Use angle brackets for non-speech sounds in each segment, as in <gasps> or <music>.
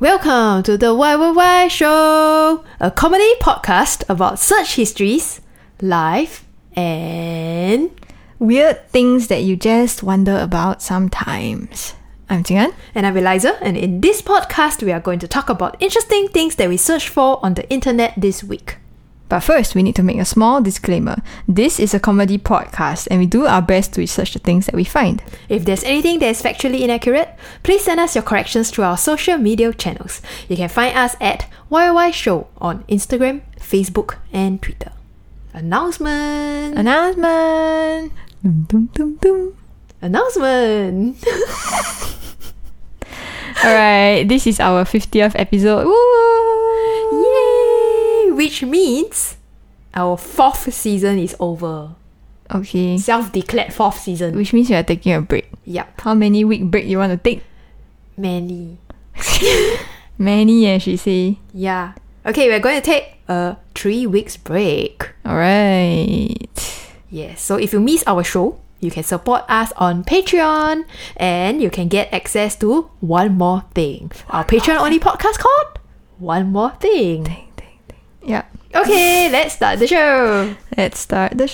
Welcome to the YYY Show, a comedy podcast about search histories, life, and Weird things that you just wonder about sometimes. I'm Jingan. and I'm Eliza. And in this podcast, we are going to talk about interesting things that we search for on the internet this week. But first, we need to make a small disclaimer. This is a comedy podcast, and we do our best to research the things that we find. If there's anything that is factually inaccurate, please send us your corrections through our social media channels. You can find us at YYY Show on Instagram, Facebook, and Twitter. Announcement! Announcement! Dum, dum, dum, dum. Announcement! Alright, this is our 50th episode. Woo! Yay! Which means our fourth season is over. Okay, Self declared fourth season. which means you are taking a break. Yup. How many week break you want to take? Many. Many, yeah, she say. Yeah. Okay, we're going to take a three weeks break. Alright. Yes. So if you miss our show, you can support us on Patreon and you can get access to One More Thing, our Patreon only podcast called One More Thing. Yeah, Okay, let's start the show. let's start the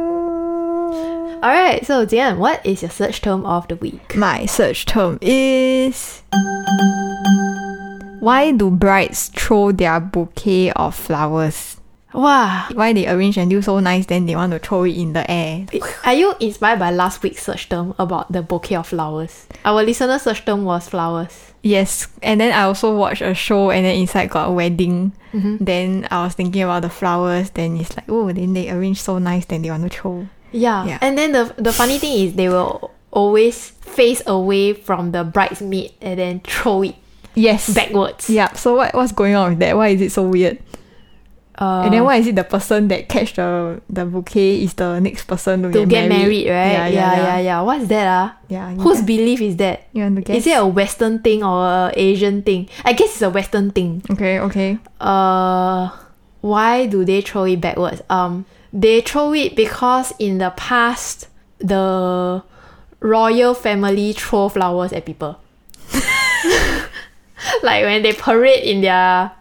show. All right, so Jian, what is your search term of the week? My search term is why do brides throw their bouquet of flowers? Wow. Why they arrange until so nice, then they want to throw it in the air? Are you inspired by last week's search term about the bouquet of flowers? Our listener search term was flowers. Yes, and then I also watched a show, and then inside got a wedding. Mm-hmm. Then I was thinking about the flowers. Then it's like, oh, then they arrange so nice, then they want to throw. Yeah. Yeah. And then the the funny thing is they will always face away from the bridesmaid and then throw it Yes, backwards. Yeah. So what what's going on with that? Why is it so weird? Uh, and then why is it the person that catch the the bouquet is the next person to, to get married, Yeah, right? yeah, yeah. yeah, What's that? Ah? Yeah, you Whose guess- belief is that? You want to guess? Is it a Western thing or a Asian thing? I guess it's a Western thing. Okay, okay. uh why do they throw it backwards um they throw it because in the past the royal family throw flowers at people <laughs> like when they parade in their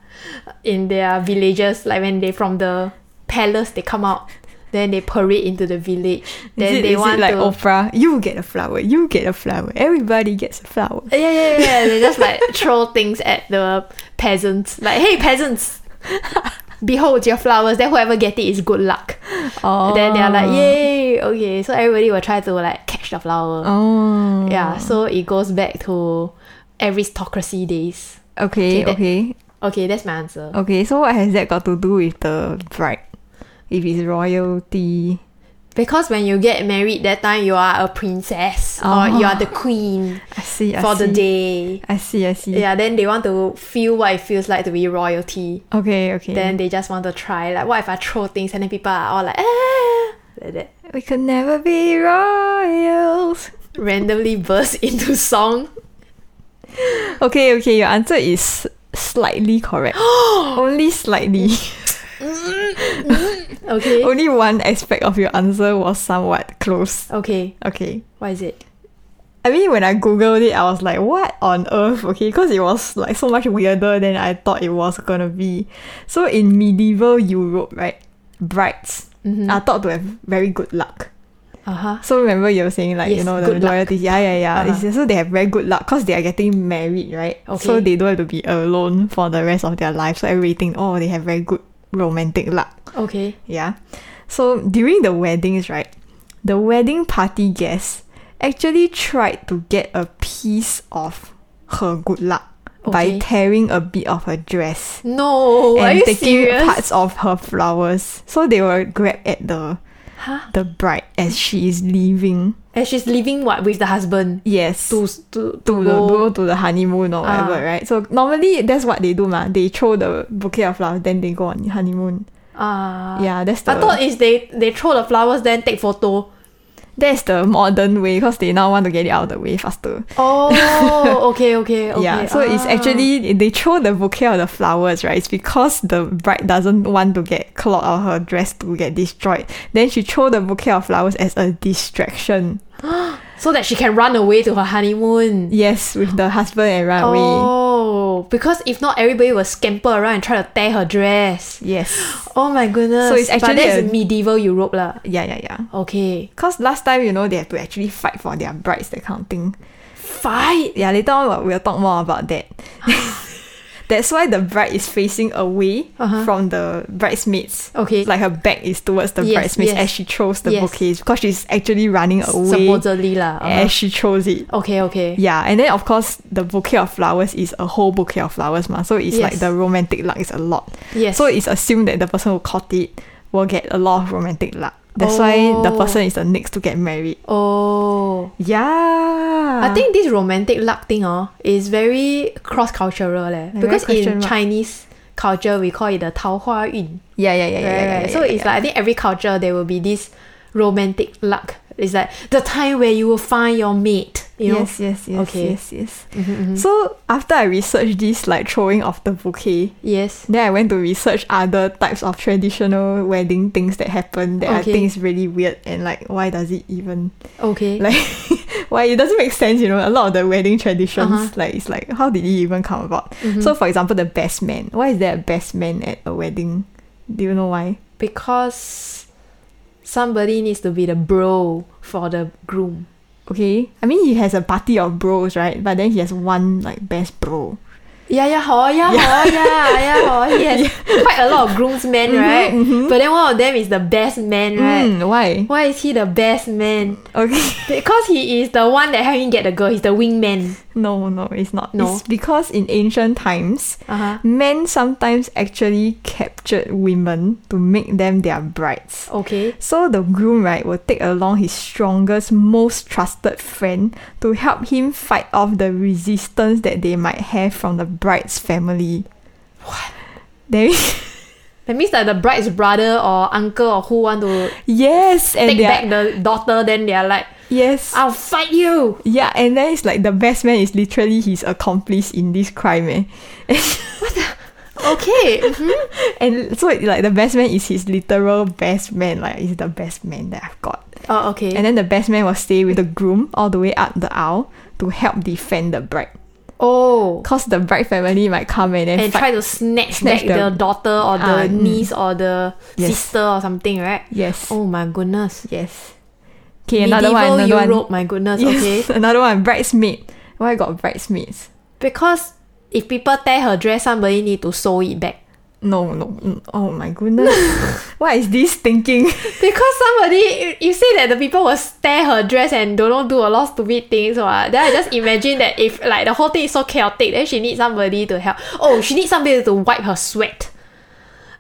in their villages like when they from the palace they come out then they parade into the village then is it, they is want it like to Oprah? You get a flower. You get a flower. Everybody gets a flower. yeah, yeah, yeah, yeah. They just like <laughs> throw things at the peasants. Like, hey, peasants, <laughs> behold your flowers. Then whoever get it is good luck. Oh. Then they're like, yay, okay. So everybody will try to like catch the flower. Oh. Yeah, so it goes back to aristocracy days. Okay. that- Okay. Okay, that's my answer. Okay. So what has that got to do with the bride? If it's royalty. Because when you get married, that time you are a princess or Oh. you are the queen I see. <laughs> I for the see. day. I see. I see. Yeah, then they want to feel what it feels like to be royalty. Okay. Okay. then they just want to try. Like, what if I throw things and then people are all like, ah, like that. we could never be royals. Randomly burst <laughs> into song. <gasps> Okay. Okay. Your answer is slightly <gasps> correct. Only slightly. Okay. Only one aspect of your answer was somewhat close. Okay. Okay. What is it? I mean, when I googled it, I was like, "What on earth?" Okay, because it was like so much weirder than I thought it was gonna be. So in medieval Europe, right, brides Mm-hmm. are thought to have very good luck. Uh huh. So remember, you were saying like you Yes, know the good luck. loyalty, yeah, yeah, yeah. It's Uh-huh. just- so they have very good luck because they are getting married, right? So Okay. they don't have to be alone for the rest of their life. So everybody think, oh, they have very good romantic luck. Okay. Yeah. So during the weddings, right, the wedding party guests actually tried to get a piece of her good luck by Okay. tearing a bit of her dress No. are and you taking serious? parts of her flowers. So they were grabbed at the Huh? the bride as she is leaving. And she's living what with the husband Oh. Yes. to to to to the go. go to the honeymoon or Ah. whatever, right? So normally that's what they do, ma. They throw the bouquet of flowers, then they go on honeymoon. Ah. yeah, that's the I thought is they they throw the flowers then take photo. That's the modern way because they now want to get it out of the way faster. <laughs> Oh. okay. Okay. Okay. yeah, so it's ah. actually they throw the bouquet of the flowers, right? It's because the bride doesn't want to get clogged or her dress to get destroyed. Then she throw the bouquet of flowers as a distraction. so that she can run away to her honeymoon. Ah, Yes, with the husband and run away. Oh. Oh, because if not, everybody will scamper around and try to tear her dress. Yes. Oh my goodness. So it's but actually that's a- medieval Europe lah. Yeah, yeah, yeah. Okay. Cause last time, you know, they have to actually fight for their brides, that kind of thing. Fight. Yeah, later on we'll- we'll talk more about <laughs> that. <laughs> That's why the bride is facing away Uh-huh. from the bridesmaids. Okay. Like her back is towards the Yes, bridesmaids yes. as she throws the Yes. bouquets because she's actually running away supposedly lah. uh-huh. as she throws it. Okay, okay. Yeah, and then of course the bouquet of flowers is a whole bouquet of flowers, ma. So it's Yes. like the romantic luck is a lot. Yes. So it's assumed that the person who caught it will get a lot of romantic luck. That's why the Oh. person is the next to get married. oh. Yeah. I think this romantic luck thing oh, is very cross cultural leh. very Because question in mark. Chinese culture we call it the Tao Hua Yun. Yeah, yeah, yeah, yeah. yeah, yeah, so yeah, it's yeah. like I think every culture there will be this romantic luck. It's like the time where you will find your mate. You know? Yes, Mm-hmm, yes, yes, Okay. yes, yes. Mhm, mhm. So after I researched this like throwing of the bouquet, Yes. then I went to research other types of traditional wedding things that happen that I Okay. think is really weird and like why does it even Okay. like <laughs> why it doesn't make sense, you know, a lot of the wedding traditions, Uh-huh. like it's like how did it even come about? Mhm. So for example the best man. Why is there a best man at a wedding? Do you know why? because somebody needs to be the bro for the groom. Okay. I mean he has a party of bros, right? But then he has one like best bro. Yeah, yeah, ho, yeah, yeah. Ho, yeah, yeah, <laughs> ho. He has quite a lot of groomsmen, right? But then one of them is the best man, right? Mm-hmm, Mm, why? Why is he the best man? Okay. <laughs> Because he is the one that helped him get the girl. He's the wingman. No, no, it's not. No. It's because in ancient times, Uh huh. men sometimes actually captured women to make them their brides. Okay. So the groom, right, will take along his strongest, most trusted friend to help him fight off the resistance that they might have from the bride's family. What? There is That means that the bride's brother or uncle or who want to <laughs> yes, and take they are- back Ah. the daughter, then they are like, yes, I'll fight you. yeah, and then it's like the best man is literally his accomplice in this crime, eh? <laughs> Okay. mhm. And so like the best man is his literal best man, like he's the best man that I've got. <laughs> Oh, okay. And then the best man will stay with the groom all the way up the aisle to help defend the bride. oh. Cause the bride family might come and then And fight. try to snatch, Snatch back the, the- daughter or the Ah, mm. niece or the Yes. sister or something, right? yes. Oh my goodness. Yes. Okay, another one. Medieval Another Europe, one. my goodness. Okay. Yes, <laughs> another one. Bridesmaid. Why got bridesmaids? Because if people tear her dress, somebody need to sew it back. No, no. mm, Oh my <laughs> goodness. what is this thinking? Because somebody, you- you say that the people will tear her dress and don't know, do a lot of stupid things. What? Then I just imagine that if like the whole thing is so chaotic, then she needs somebody to help. Oh, she needs somebody to wipe her sweat.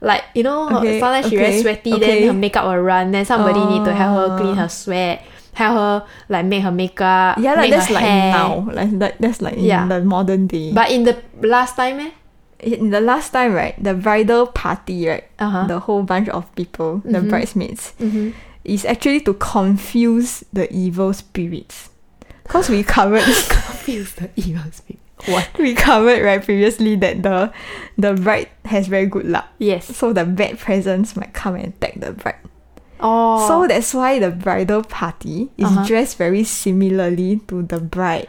Like you know, her- Okay, sometimes she okay, very sweaty, okay. Ah. then her makeup will run. Then somebody need to help her clean her sweat, help her like make her makeup. Yeah, make like her that's like hair. now. Like that, that's like in Yeah. the modern day. But in the last time, eh? in the last time, right, the bridal party, right, Uh-huh. the whole bunch of people, the Mm-hmm. bridesmaids, <laughs> Mhm. is actually to confuse the evil spirits. Cause we covered, <laughs> Confuse the evil spirit. What? we covered right previously that the the bride has very good luck, Yes. so the bad presence might come and attack the bride. Oh. So that's why the bridal party is Uh-huh. dressed very similarly to the bride.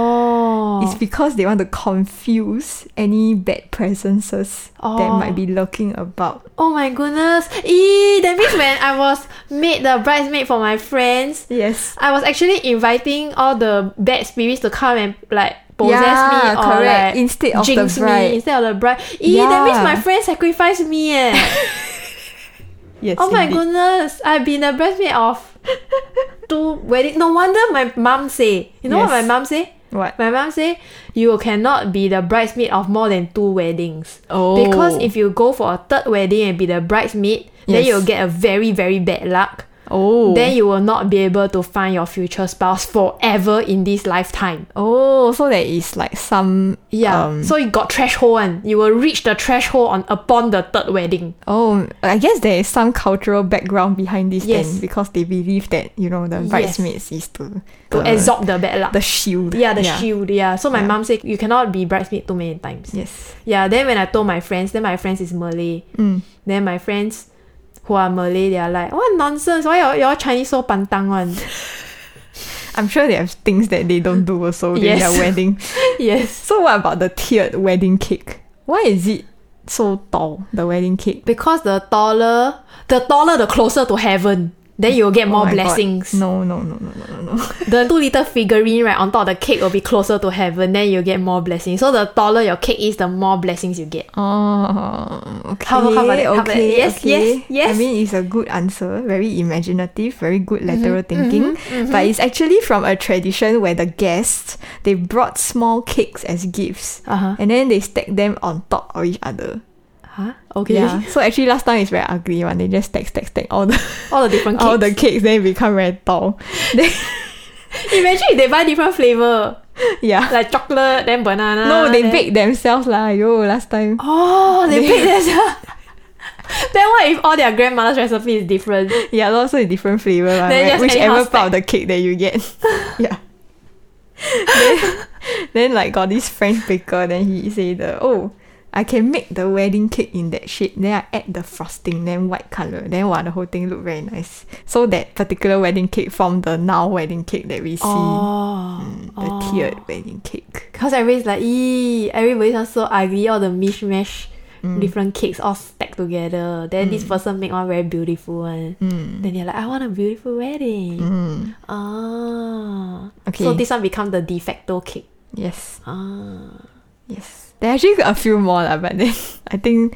oh. It's because they want to confuse any bad presences that Oh. might be lurking about. Oh my goodness. Eee, that means when I was made the bridesmaid for my friends, Yes. I was actually inviting all the bad spirits to come and like possess Yeah, me or correct. like Instead of the jinx bride. me instead of the bride. Eee, that means Yeah. my friend sacrificed me <laughs> eh. Yes. oh my indeed. goodness. I've been the bridesmaid <laughs> of two wedding. No wonder my mom say. You know what my Yes. mom say? What? My mom say you cannot be the bridesmaid of more than two weddings. Oh. Because if you go for a third wedding and be the bridesmaid, then Yes. you'll get a very, very bad luck. Oh. Then you will not be able to find your future spouse forever in this lifetime. oh, so there is like some Yeah. Um, so you got threshold one. You will reach the threshold on upon the third wedding. oh, I guess there is some cultural background behind this Yes. then because they believe that you know the Yes. bridesmaids is to To the, absorb the bad luck. the shield. yeah, the shield. Yeah. So my Yeah. mom said you cannot be bridesmaid too many times. Yes. Yeah, then when I told my friends, then my friends is Malay. Mm. Then my friends who are Malay, they are like, what nonsense? Why your, your Chinese so <laughs> pantang one? I'm sure they have things that they don't do also during Yes. <laughs> their wedding. yes. So what about the tiered wedding cake? Why is it so tall, the wedding cake? Because the taller, the taller, the closer to heaven. Then you'll get Oh more my God. blessings. <laughs> No, no, no, no, no, no, no. The two little figurine right on top of the cake will be closer to heaven. Then you'll get more blessings. So the taller your cake is, the more blessings you get. Oh, okay. How about- how about that? How about that? okay, Yes, okay. yes, yes. I mean, it's a good answer. Very imaginative. Very good Mm-hmm, lateral thinking. But it's actually from a tradition where the guests they brought small cakes as gifts, Uh-huh. and then they stack them on top of each other. Huh? Okay. Yeah. So actually, last time it's very ugly one. They just stack, stack, stack all <laughs> the All the different cakes. <laughs> all the cakes. Then it become very tall. <laughs> Then Imagine if they buy different flavor, yeah. like chocolate, then banana. no, they then- bake themselves lah. Yo, last time. Oh, they <laughs> bake themselves. <laughs> then what if all their grandmother's recipe is different? Yeah, lots of different flavor, lah, Then right? just whichever anyhow part of the cake that <laughs> you get. yeah. then, then like got this French baker, then he say the oh, I can make the wedding cake in that shape. Then I add the frosting, then white color. Then wow, the whole thing look very nice. So that particular wedding cake from the now wedding cake that we see, Oh, Mm, the tiered wedding cake. Because everybody's like, eee, everybody sounds so ugly, all the mishmash, Mm. different cakes all stacked together. Then this person make one very beautiful one. Hmm. Then they're like, I want a beautiful wedding. Mm. Ah. Okay. So this one become the de facto cake. Yes, Ah. yes. There are actually a few more lah, but then <laughs> I think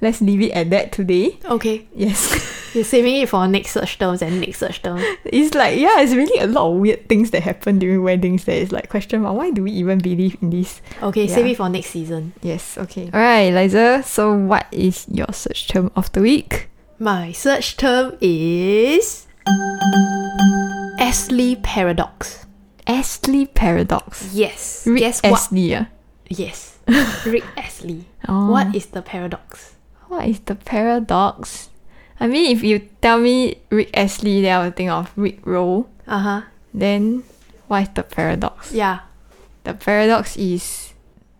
let's leave it at that today. Okay. Yes. <laughs> You're saving it for next search terms and next search terms. It's like yeah, it's really a lot of weird things that happen during weddings that is like question mark. Why do we even believe in this? Okay, save Yeah. it for next season. Yes, okay. Alright, Liza, so what is your search term of the week? My search term is Astley paradox. Astley paradox. Yes. Rick Guess what? Astley, ah. <laughs> Yes. Rick Astley. Oh. What is the paradox? what is the paradox? I mean if you tell me Rick Astley, then I will think of Rick Roll. Uh huh. Uh-huh. Then what is the paradox? Yeah. The paradox is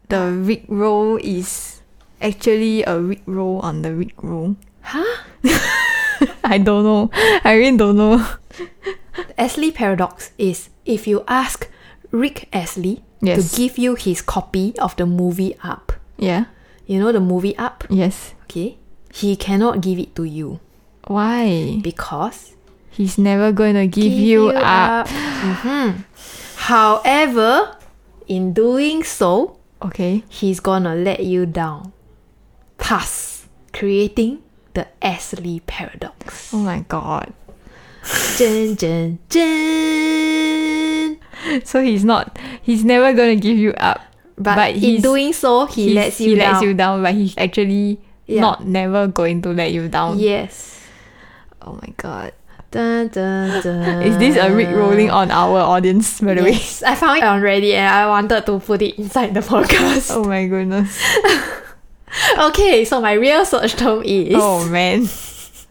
the Rick Roll is actually a Rick Roll on the Rick Roll. Huh? <laughs> I don't know. I really don't know. The Astley paradox is if you ask Rick Astley Yes. to give you his copy of the movie Up, Yeah. you know the movie Up? Yes. Okay. He cannot give it to you Why? because He's never going to give, you, up. Mhm. However, in doing so, Okay. he's gonna let you down. Thus, creating the Astley paradox. Oh my god. <laughs> Dun, dun, dun. So he's not. He's never going to give you up. But, in he's- doing so, he he's- lets you he down. lets you down. But he's actually Yeah. not never going to let you down. Yes. Oh my god. Dun, dun, dun. <laughs> Is this a rig rolling on our audience? By the way. Yes, I found it already and I wanted to put it inside the podcast. <laughs> Oh my goodness. Okay, so my real search term <laughs> is. Oh man.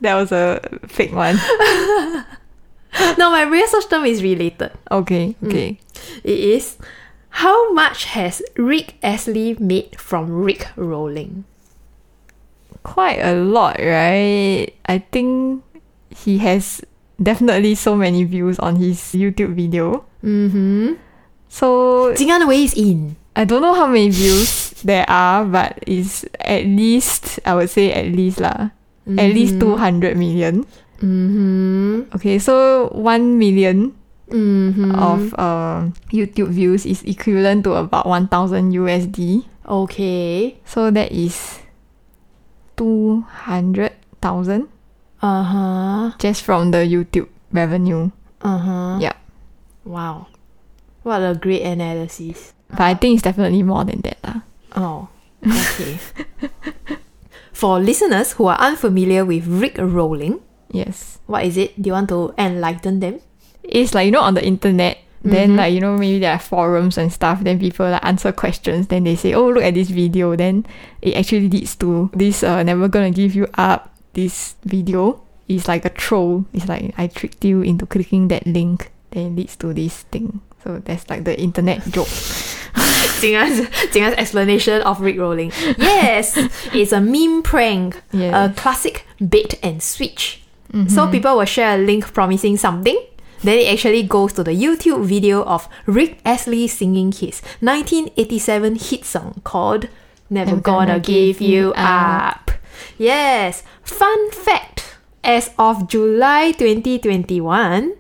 That was a fake one. <laughs> No, my real search term is related. Okay. Mm. Okay. It is how much has Rick Astley made from Rick Rolling? quite a lot, right? I think he has definitely so many views on his YouTube video. Mm-hmm. So Jingan Wei is in. I don't know how many views <laughs> there are, but it's at least I would say at least lah. At least two hundred million. Mm-hmm. Okay, so one million Mm-hmm. of um YouTube views is equivalent to about one thousand USD. Okay. So that is two hundred thousand Uh-huh. just from the YouTube revenue. Uh-huh. Yeah. Wow. What a great analysis. But I think it's definitely more than that. lah. Oh. Okay. For listeners who are unfamiliar with Rick Rolling, Yes. what is it? Do you want to enlighten them? <laughs> It's like, you know, on the internet, then like, you know, maybe there are forums and stuff, then people like answer questions, then they say, oh, look at this video. Then it actually leads to this uh, never gonna give you up. This video is like a troll. It's like, I tricked you into clicking that link. Then it leads to this thing. So that's like the internet joke. Jingan's, Jingan's explanation of Rick Rolling. Yes, it's a meme prank, Yes. Mm-hmm. a classic bait and switch. So people will share a link promising something, Then it actually goes to the YouTube video of Rick Astley singing his 1987 hit song called Never Never Gonna, Gonna Give Give You You Up. Yes, fun fact as of July 2021,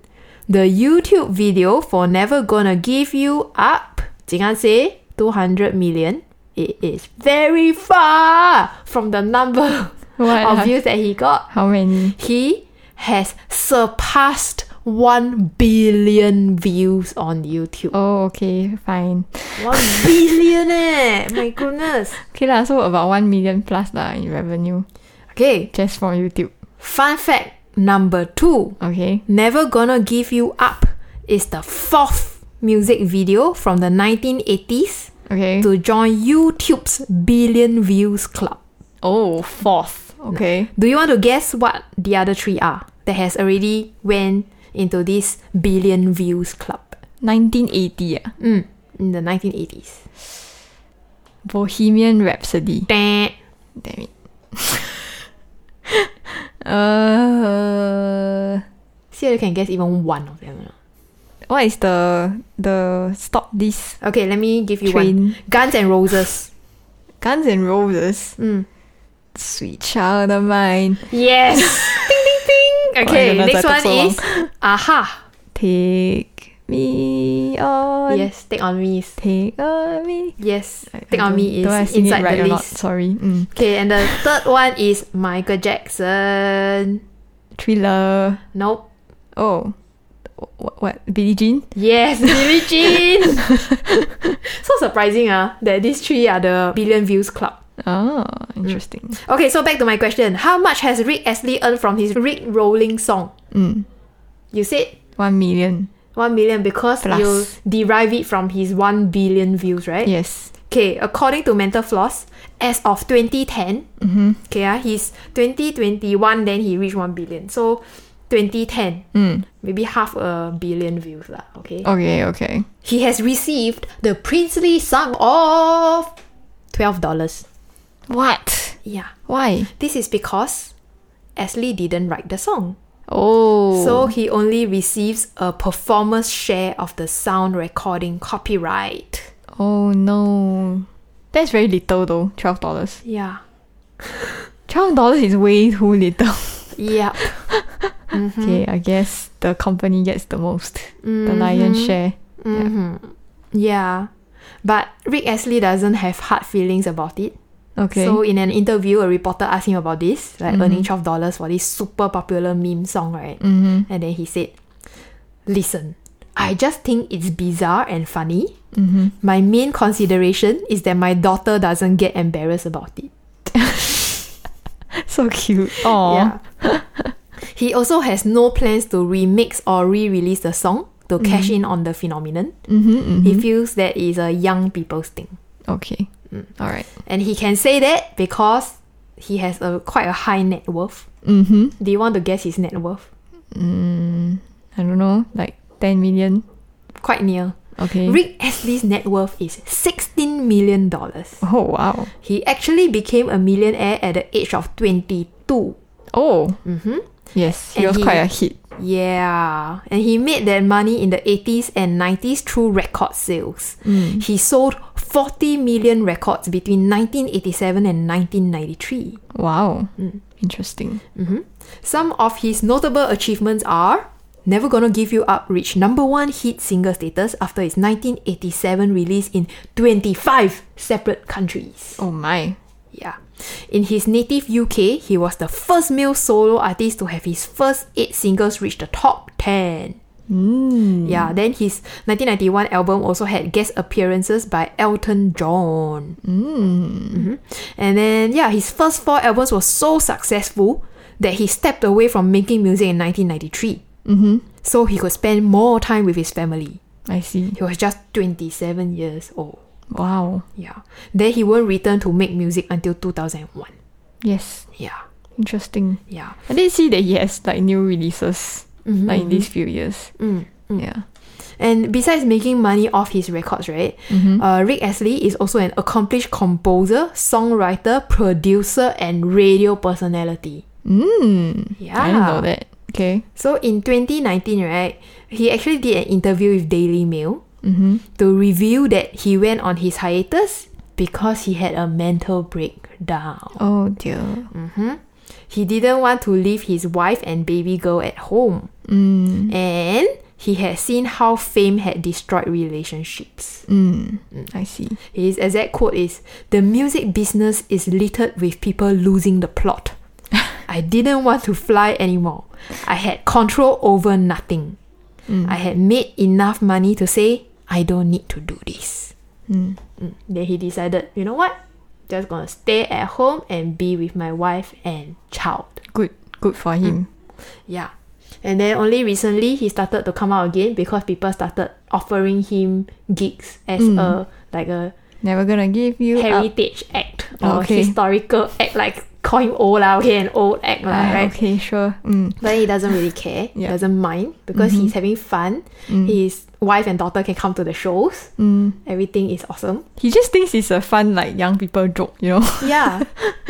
the YouTube video for Never Gonna Give You Up, Jingan say 200 million. It is very far from the number <laughs> What? of views that he got How many? he has surpassed 1 billion views on YouTube. Oh, okay, fine. 1 billion eh! My goodness. Okay lah, so about 1 million plus lah in revenue Okay, just from YouTube. fun fact number two Okay. Never Gonna Give You Up is the fourth music video from the 1980s Okay. to join YouTube's billion views club. Oh, fourth. Okay. Do you want to guess what the other three are that has already went into this billion views club 1980 ah. Mm, in the 1980s? Bohemian Rhapsody. Damn it. uh, See if you can guess even one of them. or not. what is the the stop this Okay, let me give you one. train? Guns and Roses. Guns and Roses. Mm. Sweet child of mine. Yes. ding ding ding. <laughs> Okay, goodness, next I one took so is Aha. Take me on. Yes, take on me. is- Take on me. Yes, I- take I on me don't- don't I is sing inside it right the or not? list. Sorry. Mm. Okay, and the third one is Michael Jackson. Thriller. Nope. Oh. What, what? Billie Jean? Yes, <laughs> Billie Jean. so surprising, ah, that these three are the billion views club. Oh, interesting. Okay, so back to my question. How much has Rick Astley earned from his Rick Rolling song? Mm. You said One million. 1 million because Plus. you derive it from his 1 billion views, right? Yes. Okay, according to Mental Floss, as of 2010, Mm-hmm. okay, ah, he's 2021, then he reached 1 billion. So 2010, Mm. maybe half a billion views, lah, okay? Okay, okay. He has received the princely sum of $12. What? Yeah. Why? This is because Astley didn't write the song. Oh. So he only receives a performer's share of the sound recording copyright. Oh no. That's very little though. Twelve dollars. Yeah. Twelve dollars is way too little. Yep. Mm-hmm. <laughs> Okay, I guess the company gets the most. <laughs> The lion's share. mm-hmm, yeah. But Rick Astley doesn't have hard feelings about it. Okay. So in an interview, a reporter asked him about this, like earning twelve dollars for this super popular meme song, right? Mm-hmm. And then he said, "Listen, I just think it's bizarre and funny. Mm-hmm. <laughs> My main consideration is that my daughter doesn't get embarrassed about it." so cute. Oh. Yeah. <laughs> he also has no plans to remix or re-release the song to cash in on the phenomenon. He feels that is a young people's thing, Mm-hmm, Okay. Mm. Alright. and he can say that because he has a quite a high net worth. Mm-hmm. Do you want to guess his net worth? Mm, I don't know, like ten million. Quite near. Okay. Rick Astley's net worth is sixteen million dollars. oh wow. He actually became a millionaire at the age of twenty-two. Oh. Mm-hmm. Yes. He And was he- quite a hit. Yeah, and he made that money in the 80s and 90s through record sales. He sold 40 million records between 1987 and 1993. Wow. Interesting. Some of his notable achievements are Never Gonna Give You Up reached number one hit single status after its 1987 release in 25 separate countries. Oh my. Yeah. In his native UK, he was the first male solo artist to have his first eight singles reach the top 10. Yeah, then his 1991 album also had guest appearances by Elton John. Mhm. And then, yeah, his first four albums were so successful that he stepped away from making music in 1993. So he could spend more time with his family. I see. He was just 27 years old. Wow. Yeah. Then he won't return to make music until 2001. Yes. Yeah. Interesting. Yeah. I did see that he has like new releases like in these few years. Yeah. Mm. And besides making money off his records, right? Mm-hmm. Uh, Rick Astley is also an accomplished composer, songwriter, producer, and radio personality. Mm. Yeah. I didn't know that. Okay. So in 2019, right, he actually did an interview with Daily Mail Mm-hmm. to reveal that he went on his hiatus because he had a mental breakdown. Oh dear. He didn't want to leave his wife and baby girl at home. Mm. And he had seen how fame had destroyed relationships. Mm. I see. His exact quote is The music business is littered with people losing the <laughs> plot. I didn't want to fly anymore. I had control over nothing. Mm. I had made enough money to say, I don't need to do this. Mm. Mm. Then he decided, you know what? Just gonna stay at home and be with my wife and child. Good. Good for him. Yeah. And then only recently he started to come out again because people started offering him gigs as Mm. a like a Never gonna give you up. heritage act or Okay. historical act, like call him old lah, okay, an old act lah, Ah, right? Okay. Sure. Mm. But he doesn't really care, <laughs> Yeah. Mm-hmm. doesn't mind because he's having fun. His wife and daughter can come to the shows. Mm. Everything is <laughs> awesome. He just thinks it's a fun like young people joke. You know. Yeah,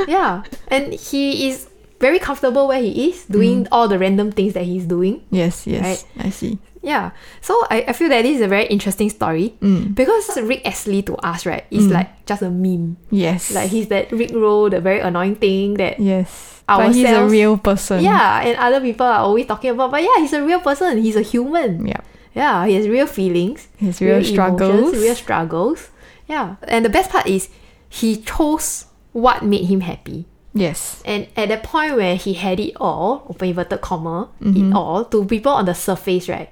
yeah, and he is very comfortable where he is Mm. doing all the random things that he's doing. <laughs> yes. Yes. I see. Yeah, so I, I feel that this is a very interesting story Mm. because Rick Astley to us right is like just a meme. Yes. Like he's that Rick Roll, the very annoying thing that Mm. Yes. But he's a Ourselves. real person. Yeah, and other people are always talking about, but yeah, he's a real person. He's a human. Yep. Yeah, he has real feelings, His Mm. real struggles. real struggles. Yeah, and the best part is he chose what made him happy. Yes. And at that point where he had it all, open inverted comma, Mm-hmm. it all, to people on the surface, right?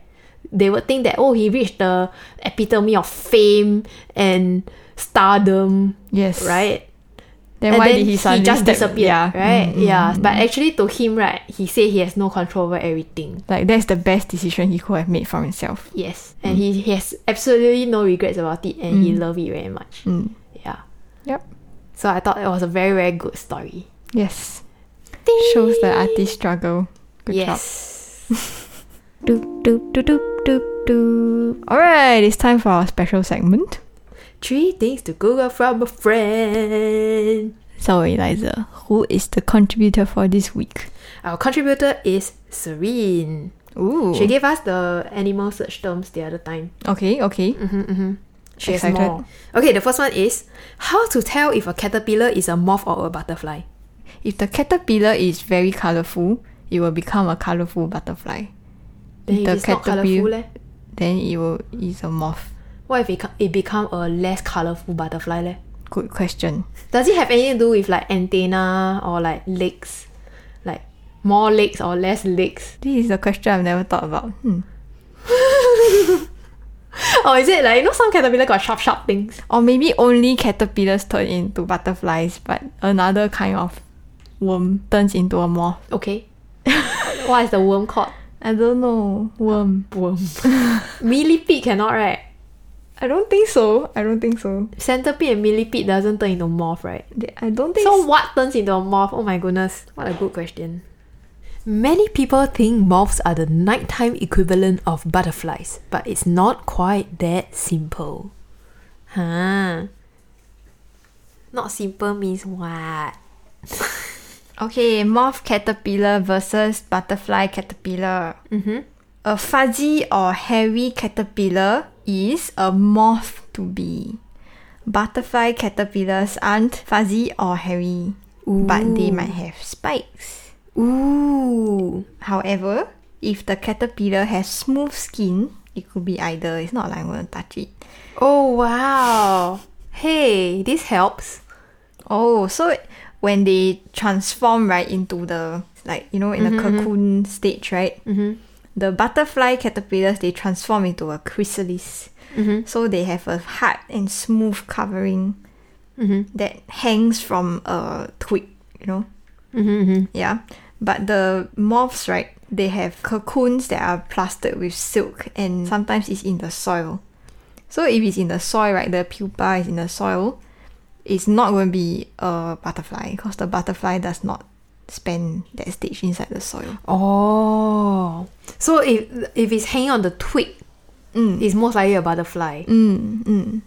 They would think that oh, he reached the epitome of fame and stardom, Yes. right? Then and why then did he suddenly just step- disappear, Yeah. Mm-hmm. right? yeah, but actually to him, right, he said he has no control over everything. Like that's the best decision he could have made for himself. Yes, and he, he has absolutely no regrets about it, and he loved it very much. Mm. Yeah, Yep. so I thought it was a very very good story. Yes. Shows the artist struggle. Good job. yes. Doop, doop, doop, doop, doop, doop. All right, it's time for our special segment. Three things to Google from a friend. So, Eliza, who is the contributor for this week? Our contributor is Serene. Ooh. She gave us the animal search terms the other time. okay, okay. She Mm-hmm, Excited. has more. Okay, the first one is how to tell if a caterpillar is a moth or a butterfly. If the caterpillar is very colorful, it will become a colorful butterfly. Then The if it's not caterpillar- colorful, leh? Then it will is a moth. what if it, co- it become a less colorful butterfly? Leh? Good question. Does it have anything to do with like antenna or like legs, like more legs or less legs, <laughs> This is a question I've never thought about. Hmm. or is it like you know some caterpillar got sharp sharp things? Or maybe only caterpillars turn into butterflies, but another kind of worm turns into a moth. Okay, <laughs> what is the worm called? I don't know. Worm. Worm. millipede cannot right? I don't think so. I don't think so. Centipede and millipede doesn't turn into moth right? They- I don't think So what turns into a moth? Oh my goodness, what a good question. Many people think moths are the nighttime equivalent of butterflies, but it's not quite that simple. Huh? Not simple means what? Okay, moth caterpillar versus butterfly caterpillar. Mhm. A fuzzy or hairy caterpillar is a moth to be. Butterfly caterpillars aren't fuzzy or hairy, but they might have spikes. Ooh. However, if the caterpillar has smooth skin, it could be either. It's not like I'm gonna touch it. Oh wow. Hey, this helps. Oh, so when they transform right into the like you know in the cocoon stage, right? Mhm. The butterfly caterpillars they transform into a chrysalis, Mhm. so they have a hard and smooth covering Mhm. that hangs from a twig, you know. Mhm. mhm. Yeah, but the moths, right? They have cocoons that are plastered with silk, and sometimes it's in the soil. So if it's in the soil, right, the pupa is in the soil, it's not going to be a butterfly because the butterfly does not spend that stage inside the soil. Oh. So if if it's hanging on the twig, Mm. it's most likely a butterfly. Mm, mm.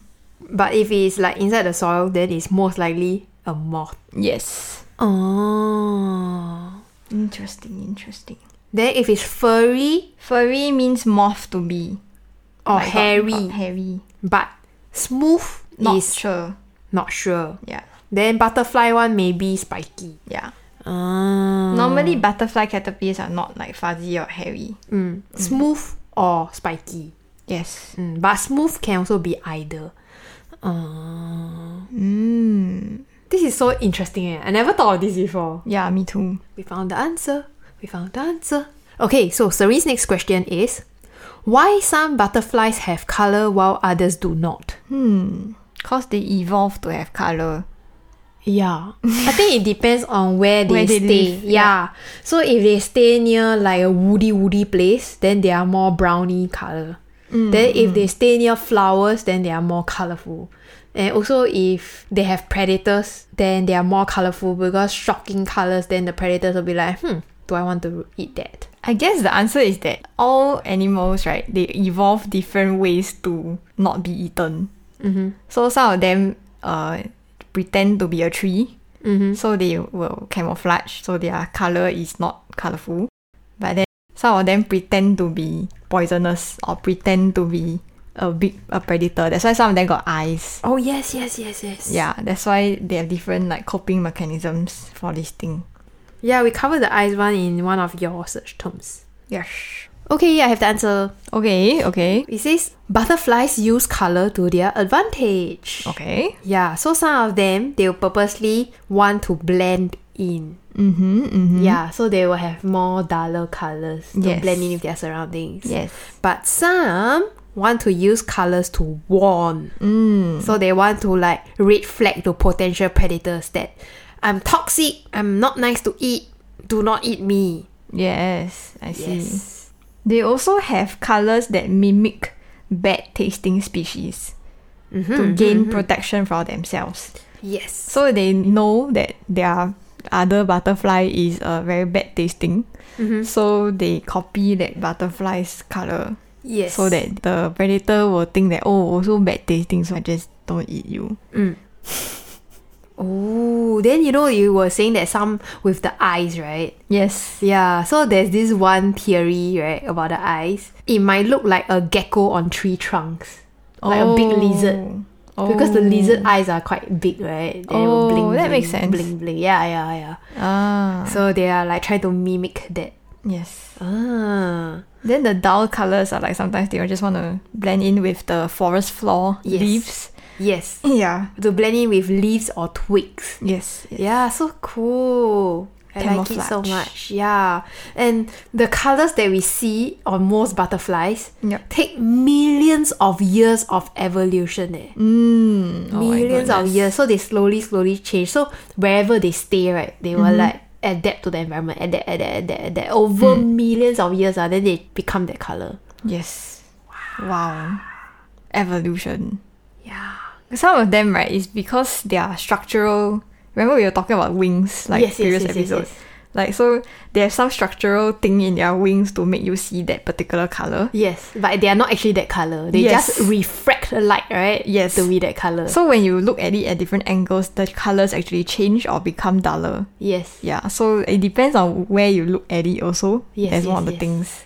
But if it's like inside the soil, then it's most likely a moth. Yes. Oh. Oh. Interesting, interesting. Then if it's furry Furry means moth to be. or Like got- hairy, got Oh, hairy. but smooth Not is sure. not sure. Yeah. Then butterfly one may be spiky. Yeah. Ah. Normally butterfly caterpillars are not like fuzzy or hairy. Mm. Smooth or spiky. Yes. Mm. But smooth can also be either. Ah. Mm. This is so interesting. Eh? I never thought of this before. Yeah, me too. We found the answer. We found the answer. Okay, so Cerise's next question is why some butterflies have color while others do not? Hmm. Cause they evolve to have color. Yeah. I think it depends on where they, Where they stay. live, yeah. So if they stay near like a woody woody place, then they are more browny color. then if they stay near flowers, then they are more colorful. And also if they have predators, then they are more colorful because shocking colors then the predators will be like, "Hmm, do I want to eat that?" I guess the answer is that all animals, right, they evolve different ways to not be eaten. Mhm. So some of them uh, pretend to be a tree, Mhm. so they will camouflage, so their color is not colorful. But then some of them pretend to be poisonous or pretend to be a big a predator. That's why some of them got eyes. Oh yes, yes, yes, yes. Yeah, that's why they have different like coping mechanisms for this thing. Yeah, we covered the eyes one in one of your search terms. Yes. Okay, yeah, I have the answer. Okay. Okay. It says butterflies use color to their advantage. Okay. Yeah, so some of them they will purposely want to blend in. Mm-hmm, Mhm. Mhm. Yeah, so they will have more duller colors to Yes. blend in with their surroundings. Yes. But some want to use colors to warn. Mm. So they want to like red flag to potential predators that I'm toxic, I'm not nice to eat, do not eat me. Yes, I see. Yes. They also have colors that mimic bad tasting species to gain protection for themselves. Mm-hmm. Yes. So they know that their other butterfly is a very bad tasting. Mm-hmm. So they copy that butterfly's color Yes. so that the predator will think that oh also bad tasting so I just don't eat you. Mm. Oh, then you know you were saying that some with the eyes, right? Yes. Yeah, so there's this one theory, right, about the eyes. It might look like a gecko on tree trunks. Like a big lizard. Oh. Because the lizard eyes are quite big, right? They will Oh, blink, that makes blink, sense. Bling, bling. Yeah, yeah, yeah. Ah. So they are like trying to mimic that. Yes. Ah. Then the dull colors are like sometimes they will just want to blend in with the forest floor Yes. leaves. Yes. Yeah. To blend in with leaves or twigs. Yes. yes. Yeah, so cool. I like it so Camouflage. much. Yeah. And the colors that we see on most butterflies Yep. take millions of years of evolution. Eh. Mm. Oh my millions of goodness. years. So they slowly, slowly change. So wherever they stay, right, they will Mm-hmm. like adapt to the environment, adapt, adapt, adapt, adapt. Over Mm. millions of years, ah, then they become that color. Yes. Wow. Evolution. Yeah. Some of them, right, is because they are structural. Remember we were talking about wings, like Yes, yes, previous yes, yes, episodes. yes. Like so, they have some structural thing in their wings to make you see that particular color. Yes, but they are not actually that color. They Yes. just refract the light, right? Yes. To be that color. So when you look at it at different angles, the colors actually change or become duller. yes. Yeah, so it depends on where you look at it also. Yes, That's yes, one of the yes. things.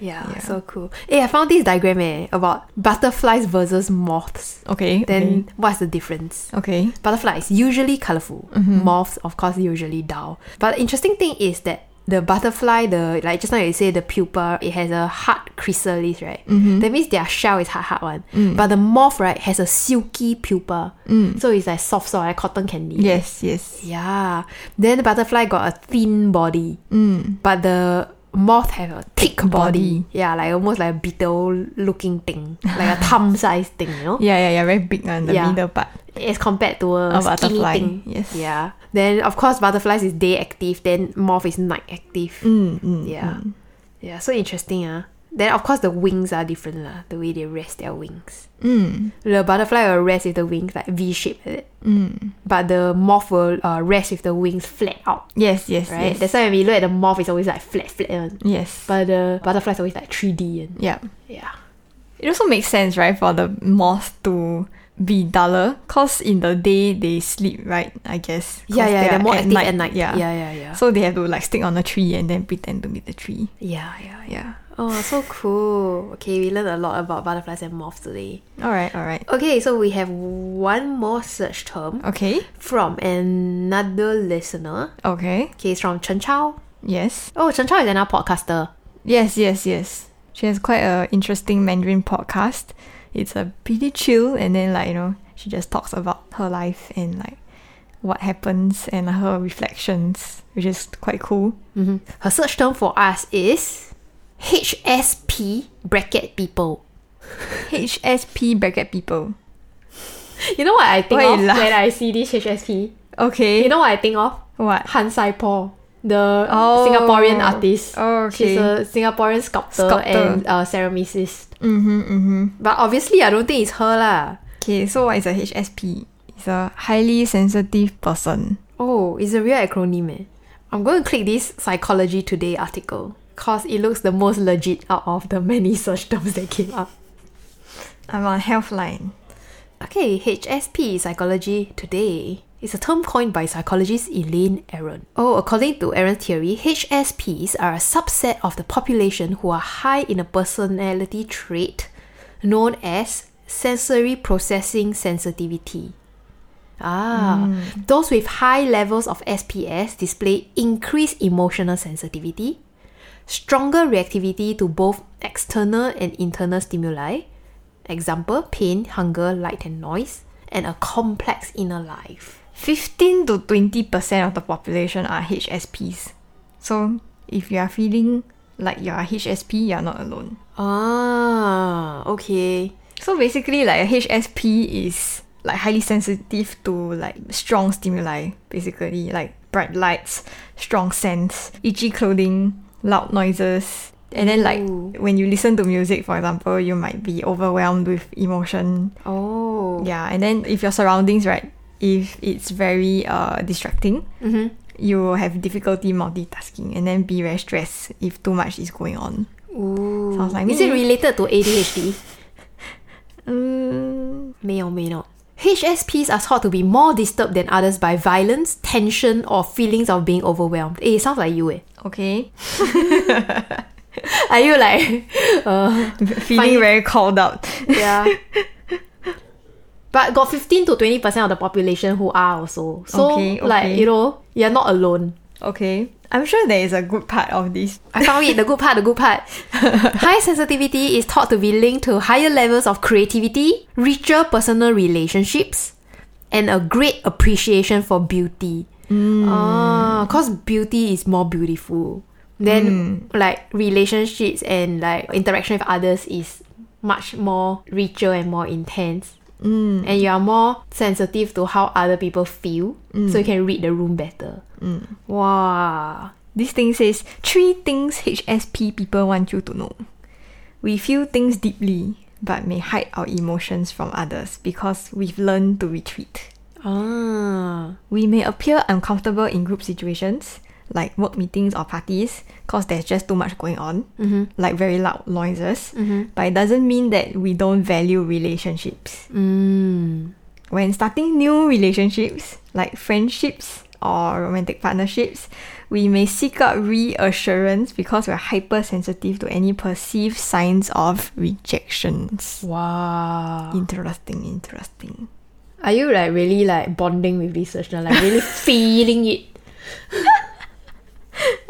Yeah, Yeah. so cool. Hey, I found this diagram eh, about butterflies versus moths. Okay. Then what's the difference? okay. okay. Butterflies usually colorful. Mm-hmm. Moths, of course, usually dull. But the interesting thing is that the butterfly, the like just now you say the pupa, it has a hard chrysalis, right? Mm-hmm. That means their shell is hard, hard one. Mm. But the moth, right, has a silky pupa, so it's like soft, soft, like cotton candy. Yes, yes. Yeah. Then the butterfly got a thin body, Mm. but the moth have a thick body. body. Yeah, like almost like a beetle looking thing, like a <laughs> thumb sized thing, you know, Yeah, yeah, yeah. Very big on the Yeah. middle part. as compared to a, A skinny butterfly, thing. yes. Yeah. Then of course butterflies is day active, then moth is night active. Mm-hmm. Mm, yeah. Yeah. So interesting, ah. Then of course the wings are different lah. The way they rest their wings. Mm. The butterfly will rest with the wings like V shaped, like that. Mm. but the moth will uh, rest with the wings flat out Yes, yes, right? yes. That's why when we look at the moth, it's always like flat, flat one. Yes. But the butterfly is always like 3D and yeah. yeah. It also makes sense, right, for the moth to be duller because in the day they sleep, right? I guess. 'Cause Yeah, yeah, they they're are more active at night. Yeah. yeah, yeah, yeah. So they have to like stick on a tree and then pretend to be the tree. yeah, yeah, yeah. Yeah. Oh, so cool. Okay, we learned a lot about butterflies and moths today. All right. All right. Okay, so we have one more search term Okay. from another listener. Okay. Okay, it's from Chen Chao. Yes. Oh, Chen Chao is another podcaster. Yes. Yes. Yes. She has quite a interesting Mandarin podcast. It's a pretty chill, and then like you know, she just talks about her life and like what happens and her reflections, which is quite cool. Mhm. Her search term for us is HSP bracket people. HSP bracket people. You know what I think Why you of laugh? when I see this HSP? Okay. You know what I think of? what? Han Sai Por, the Oh. Singaporean artist. Oh, She's okay. a Singaporean sculptor, Sculptor. and uh, ceramicist. Mm-hmm. Mm-hmm. But obviously, I don't think it's her lah. Okay, so what is a HSP? It's a highly sensitive person. Oh, it's a real acronym. Eh. I'm going to click this Psychology Today article because it looks the most legit out of the many <laughs> search terms that came up. I'm on Healthline. Okay, HSP Psychology Today is a term coined by psychologist Elaine Aron. Oh, according to Aron's theory, HSPs are a subset of the population who are high in a personality trait known as sensory processing sensitivity. Ah, those with high levels of SPS display increased emotional sensitivity, stronger reactivity to both external and internal stimuli, example, pain, hunger, light, and noise, and a complex inner life. 15 to 20% of the population are HSPs. So if you are feeling like you are HSP, you are not alone. Ah, okay. So basically, like a HSP is like highly sensitive to like strong stimuli, basically like bright lights, strong scents, itchy clothing, loud noises, and then like Ooh. when you listen to music, for example, you might be overwhelmed with emotion. Oh. Yeah, and then if your surroundings, right, if it's very uh distracting, Mm-hmm. you will have difficulty multitasking and then be very stressed if too much is going on. Ooh. Sounds like Is it me. related to ADHD? Mm, may or may not. HSPs are thought to be more disturbed than others by violence, tension, or feelings of being overwhelmed. Eh, it sounds like you eh. <laughs> okay, <laughs> Are you like, uh, feeling very called out. <laughs> yeah. <laughs> But got 15 to 20% of the population who are also. So, Okay, like, okay. you know, you're not alone. Okay, I'm sure there is a good part of this. I found it, the good part, the good part. High sensitivity is thought to be linked to higher levels of creativity, richer personal relationships, and a great appreciation for beauty. Ah, cause beauty is more beautiful. Then like relationships and like interaction with others is much more richer and more intense. And you are more sensitive to how other people feel, so you can read the room better. Wow. This thing says three things HSP people want you to know. We feel things deeply, but may hide our emotions from others because we've learned to retreat. Ah. We may appear uncomfortable in group situations, like work meetings or parties, because there's just too much going on, like very loud noises. But it doesn't mean that we don't value relationships. Mm. When starting new relationships, like friendships or romantic partnerships, we may seek out reassurance because we're hypersensitive to any perceived signs of rejections. Wow. Interesting, interesting. Are you like really like bonding with this listener? Like <laughs> really feeling it?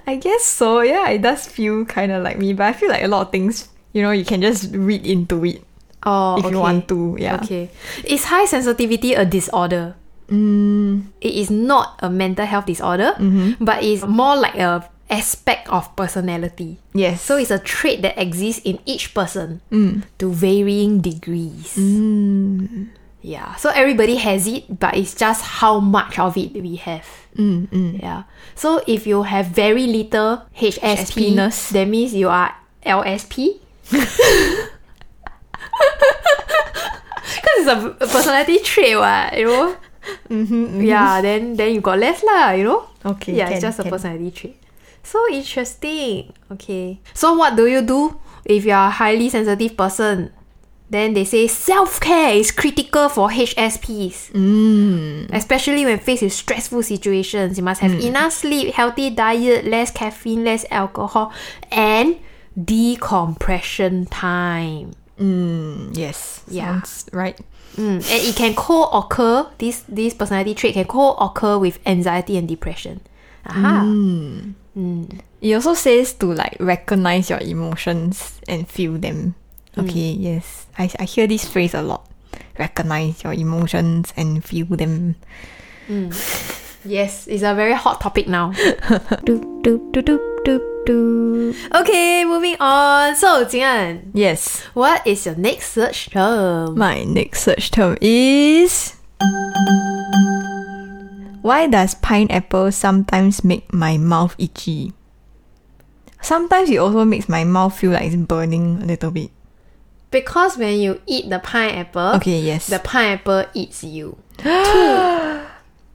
I guess so, yeah, it does feel kind of like me, but I feel like a lot of things, you know, you can just read into it Oh, if you want to, yeah. Okay. Is high sensitivity a disorder? Mm, Mm-hmm. It is not a mental health disorder, but it's more like a aspect of personality. yes. So it's a trait that exists in each person to varying degrees. Mm, Yeah. So everybody has it, but it's just how much of it we have. mm, mm. Yeah. So if you have very little HSP, HSP-ness. that means you are <laughs> LSP. Because it's a a personality trait, what, you know? Mm-hmm, Yeah, then then you got less, lah, you know? Okay, Yeah, it's can, just a can. personality trait. So interesting. Okay. So what do you do if you are a highly sensitive person? Then they say self care is critical for HSPs, Mm. especially when faced with stressful situations. You must have enough sleep, healthy diet, less caffeine, less alcohol, and decompression time. Mm, Yes. Yeah. Sounds right. Mm, and it can co-occur this this personality trait can co-occur with anxiety and depression. Aha. It also says to like recognize your emotions and feel them. Mm. Okay, yes. I, I hear this phrase a lot. Recognize your emotions and feel them. Yes, it's a very hot topic <laughs> now. Doop, doop, doop, doop, doop, doop. okay, moving on. So, Jian, Yes, what is your next search term? my next search term is. Why does pineapple sometimes make my mouth itchy? Sometimes it also makes my mouth feel like it's burning a little bit. Because when you eat the pineapple, Okay, yes. Oh, the pineapple eats <gasps> you. Two.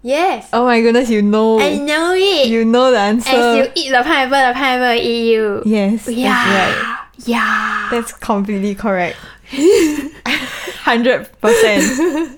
Yes, oh my goodness, you know. I know it. You know the answer. As you eat the pineapple, the pineapple will eat you. yes. that's right. Yeah. Yeah. That's <laughs> completely correct. Hundred percent.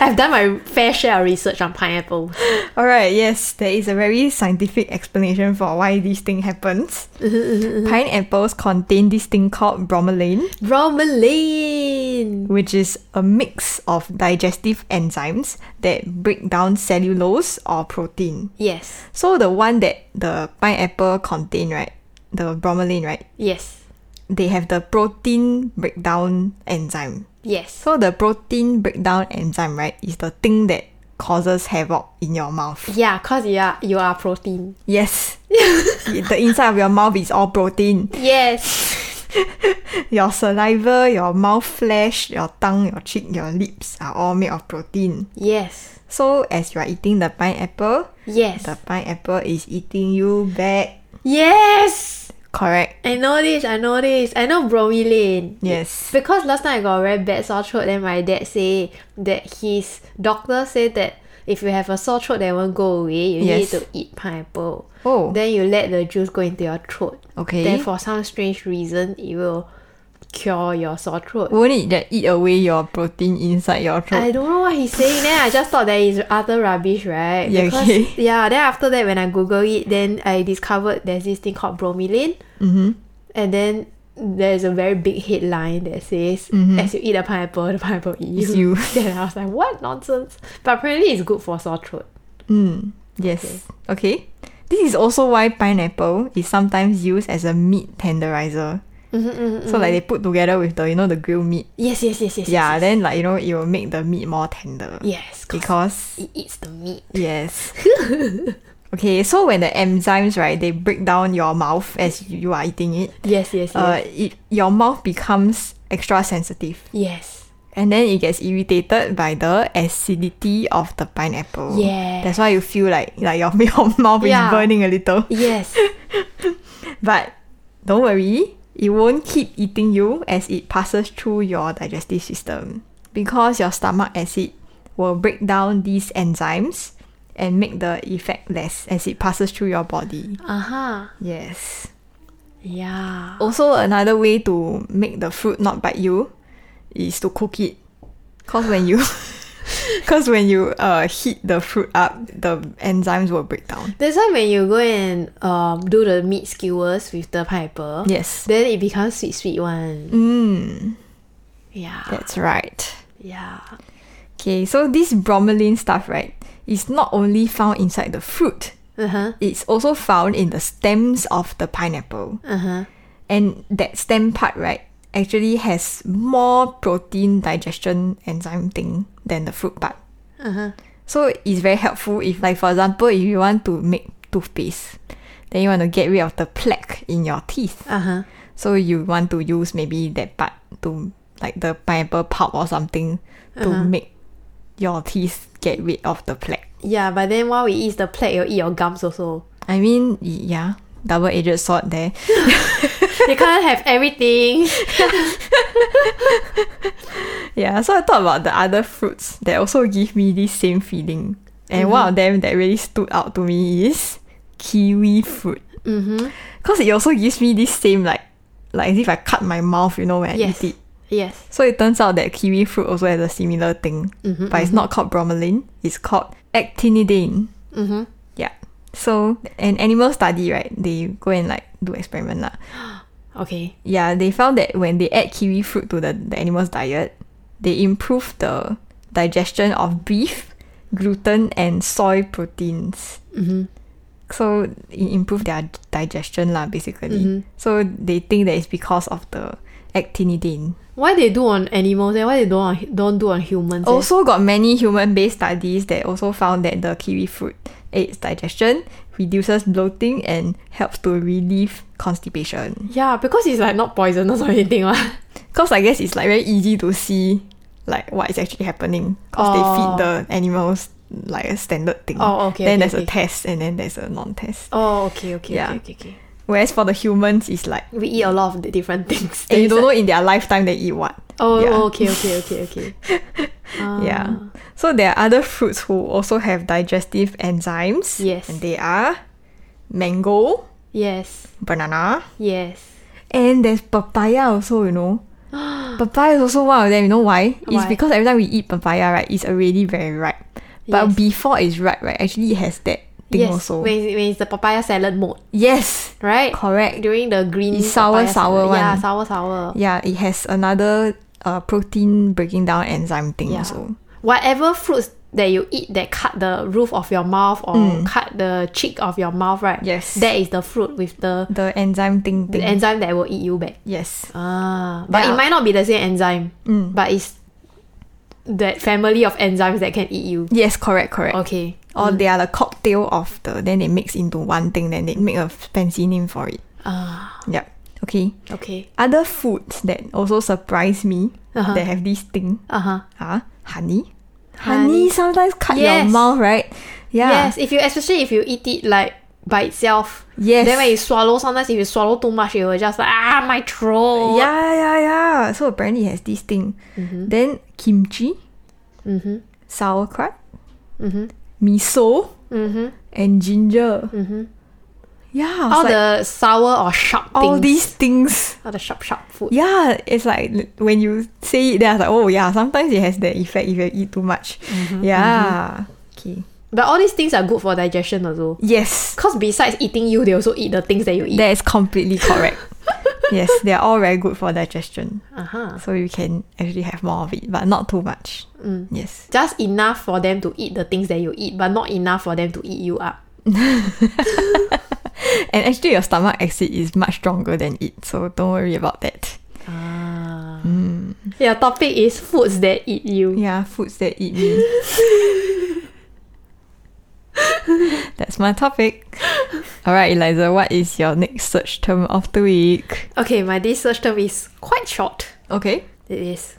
I've done my fair share of research on pineapple. All right. Yes, there is a very scientific explanation for why this thing <laughs> happens. Pineapples contain this thing called bromelain, Bromelain. which is a mix of digestive enzymes that break down cellulose or protein. Yes. So the one that the pineapple contain, right? The bromelain, right? Yes. They have the protein breakdown enzyme. Yes. So the protein breakdown enzyme, right, is the thing that causes havoc in your mouth. Yeah, cause you are you are protein. Yes. <laughs> the inside of your mouth is all protein. Yes. Your saliva, your mouth flesh, your tongue, your cheek, your lips are all made of protein. Yes. So as you are eating the pineapple, Yes. the pineapple is eating you back. yes. Correct. I know this. I know this. I know bromelain. Yes. Because last time I got a very bad sore throat, then my dad say that his doctor said that if you have a sore throat that won't go away, you Yes. need to eat pineapple. Oh. Then you let the juice go into your throat. Okay. Then for some strange reason, it will cure your sore throat. Won't it just eat away your protein inside your I throat? don't know what he's saying. Then I just thought that is utter rubbish, right? Yeah, okay. <laughs> yeah. Then after that, when I Google it, then I discovered there's this thing called bromelain, mm-hmm. and then there's a very big headline that says, "As you eat a pineapple, the pineapple eats It's Mm-hmm. you." you. <laughs> Then I was like, "What nonsense!" But apparently, it's good for sore throat. Mm, yes. Okay. This is also why pineapple is sometimes used as a meat tenderizer. Mm-hmm, So like they put together with the you know the grilled meat. Yes, yes, yes, yes. Yeah, Yes, then like you know it will make the meat more tender. yes 'cause Because it eats the meat. <laughs> yes. okay, so when the enzymes right they break down your mouth as you are eating it, Yes, yes, yes. uh, it your mouth becomes extra sensitive. yes. And then it gets irritated by the acidity of the pineapple. Yeah. That's why you feel like like your, <laughs> your mouth Yeah. is burning a little. <laughs> Yes. But don't worry, it won't keep eating you as it passes through your digestive system. Because your stomach acid will break down these enzymes and make the effect less as it passes through your body. uh huh. Yes. Yeah. Also, another way to make the fruit not bite you is to cook it. Cause when you, <laughs> cause when you uh heat the fruit up, the enzymes will break down. That's why when you go and um, do the meat skewers with the pineapple, Yes. then it becomes sweet, sweet one. Mm, Yeah, that's right. yeah. Okay, so this bromelain stuff, right, is not only found inside the fruit. Uh huh. It's also found in the stems of the pineapple. Uh huh. And that stem part, right, actually has more protein digestion enzyme thing than the fruit part. Uh huh. So it's very helpful if, like, for example, if you want to make toothpaste, then you want to get rid of the plaque in your teeth. Uh huh. So you want to use maybe that part to, like, the pineapple pulp or something to make your teeth get rid of the plaque. Yeah, but then while we eat the plate, you'll eat your gums also. I mean, y- yeah, double edged sword there. <laughs> you can't have everything. Yeah, so I thought about the other fruits that also give me this same feeling. And one of them that really stood out to me is kiwi fruit. Mm hmm. Because it also gives me this same, like, like as if I cut my mouth, you know, when I Yes. eat it. Yes. So it turns out that kiwi fruit also has a similar thing, Mhm, but it's not called bromelain. It's called actinidine. Mm-hmm. Yeah. So an animal study, right? They go and like do experiment lah. Okay. Yeah, they found that when they add kiwi fruit to the, the animal's diet, they improve the digestion of beef, gluten, and soy proteins. Mm-hmm. So it improved their digestion lah, basically. Mhm. So they think that it's because of the actinidine. Why they do on animals and why they don't on, don't do on humans? eh? Also got many human-based studies that also found that the kiwi fruit aids digestion, reduces bloating, and helps to relieve constipation. Yeah, because it's like not poisonous or anything, <laughs> what? Cause I guess it's like very easy to see like what is actually happening. Cause Oh. they feed the animals like a standard thing. Oh, okay, Then okay, there's okay. a test and then there's a non-test. Oh, okay, okay, Yeah. okay, okay, okay. Whereas for the humans, it's like We eat a lot of the different <laughs> things. and you It's don't like- know in their lifetime they eat what. Oh, Yeah. oh, okay, okay, okay, okay. Ah. Yeah. So there are other fruits who also have digestive enzymes. Yes. And they are mango, Yes. banana, Yes. and there's papaya also, <gasps> you know. papaya is also one of them. You know why? Why? It's because every time we eat papaya, right, it's already very ripe. But Yes. before it's ripe, right, actually it has that thing yes. also. When, it's, when it's the papaya salad mode, Yes. right? Correct. During the green It's sour, papaya sour salad. Yeah, one. sour, sour. Yeah, it has another uh, protein breaking down enzyme thing Yeah. also. Whatever fruits that you eat that cut the roof of your mouth or cut the cheek of your mouth, right? Mm. Yes. Mm. That is the fruit with the, The enzyme thing the thing. enzyme that will eat you back. yes. Ah, but Yeah. it might not be the same enzyme, Mm. but it's that family of enzymes that can eat you. Yes, correct, correct. Okay. Or they are the cocktail of the, then they mix into one thing, then they make a fancy name for it. Ah, Yeah. Okay. okay. Other foods that also surprise me Uh-huh. that have this thing Uh huh. are honey. Honey. Honey sometimes cut Yes. your mouth, right? Yeah. Yes, if you especially if you eat it like by itself. Yes. Then when you swallow, sometimes if you swallow too much, it will just like ah my throat. Yeah, yeah, yeah. So apparently it has this thing. Then kimchi, Mm-hmm. sauerkraut, Mhm. miso, Mm-hmm. and ginger. Mhm. Yeah. All it's like the sour or sharp things. all these things. all the sharp sharp food. Yeah, it's like l- when you say it, then I was like, oh yeah, sometimes it has that effect if you eat too much. Mm-hmm. yeah. Okay. But all these things are good for digestion also. Yes, Cause besides eating you, they also eat the things that you eat. that is completely <laughs> correct. yes, they are all very good for digestion. Uh huh. so you can actually have more of it, but not too much. Yes. Just enough for them to eat the things that you eat, but not enough for them to eat you up. And actually, your stomach acid is much stronger than it, so don't worry about that. Ah. Your topic is foods that eat you. Yeah, foods that eat me. <laughs> That's my topic. All right, Eliza, what is your next search term of the week? Okay, my this search term is quite short. Okay. It is.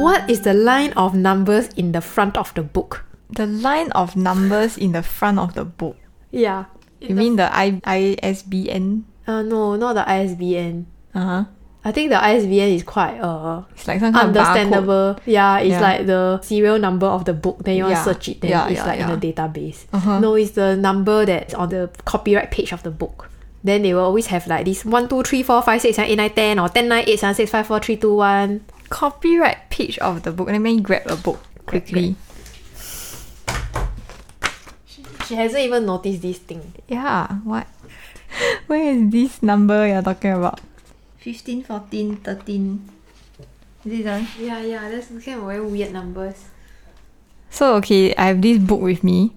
What is the line of numbers in the front of the book? The line of numbers in the front of the book. Yeah. You mean the I- ISBN? Uh, no, not the ISBN. Uh huh. I think the ISBN is quite uh It's like some kind of barcode. understandable. Yeah, it's Yeah. like the serial number of the book. Then you want to Yeah. search it. Then Yeah, it's yeah, like yeah. in the database. Uh-huh. No, it's the number that's on the copyright page of the book. Then they will always have like this 1, 2, 3, 4, 5, 6, 7, 8, 9, 10 or 10, 9, 8, 7, 6, 5, 4, 3, 2, 1. Copyright page of the book. Let me grab a book quickly. She hasn't even noticed this thing. Yeah, what? <laughs> Where is this number you're talking about? 15, 14, 13. Is it done? Yeah, yeah, that's kind of very weird numbers. So, okay, I have this book with me.